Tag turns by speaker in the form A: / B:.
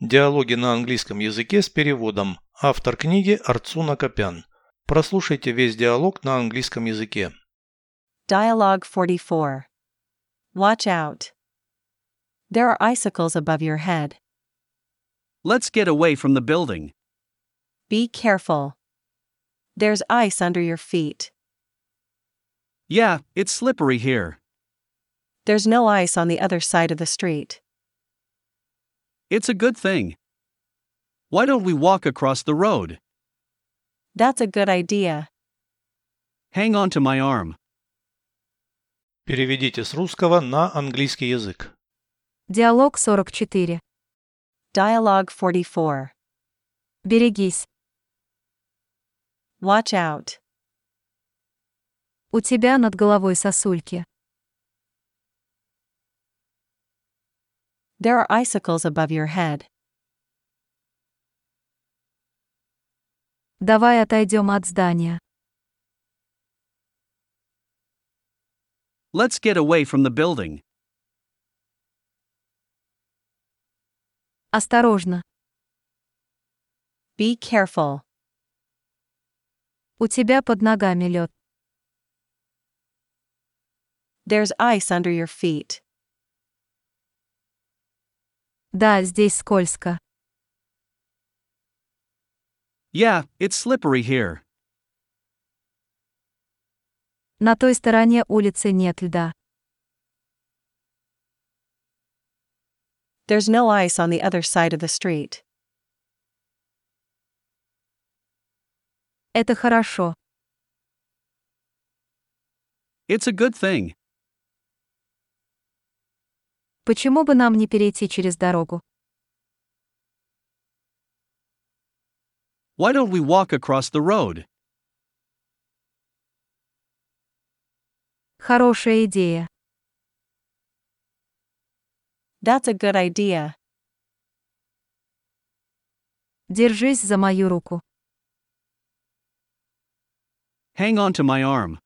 A: Диалоги на английском языке с переводом. Автор книги Арцуна Копян. Прослушайте весь диалог на английском языке.
B: Dialogue 44. Watch out. There are icicles above your head.
C: Let's get away from the building.
B: Be careful. There's ice under your feet.
C: Yeah, it's slippery here.
B: There's no ice on the other side of the street.
C: It's a good thing. Why don't we walk across the road?
B: That's a good idea.
C: Hang on to my arm.
A: Переведите с русского на английский язык.
D: Диалог 44.
B: Dialogue 44.
D: Берегись.
B: Watch out.
D: У тебя над головой сосульки.
B: There are icicles above your head.
D: Давай отойдем от здания.
C: Let's get away from the building.
D: Осторожно.
B: Be careful.
D: У тебя под ногами лед.
B: There's ice under your feet.
D: Да, здесь скользко.
C: Yeah, it's slippery here.
D: На той стороне улицы нет льда.
B: There's no ice on the other side of the street.
D: Это хорошо.
C: It's a good thing.
D: Почему бы нам не перейти через дорогу?
C: Why don't we walk across the road?
D: Хорошая идея.
B: That's a good idea.
D: Держись за мою руку.
C: Hang on to my arm.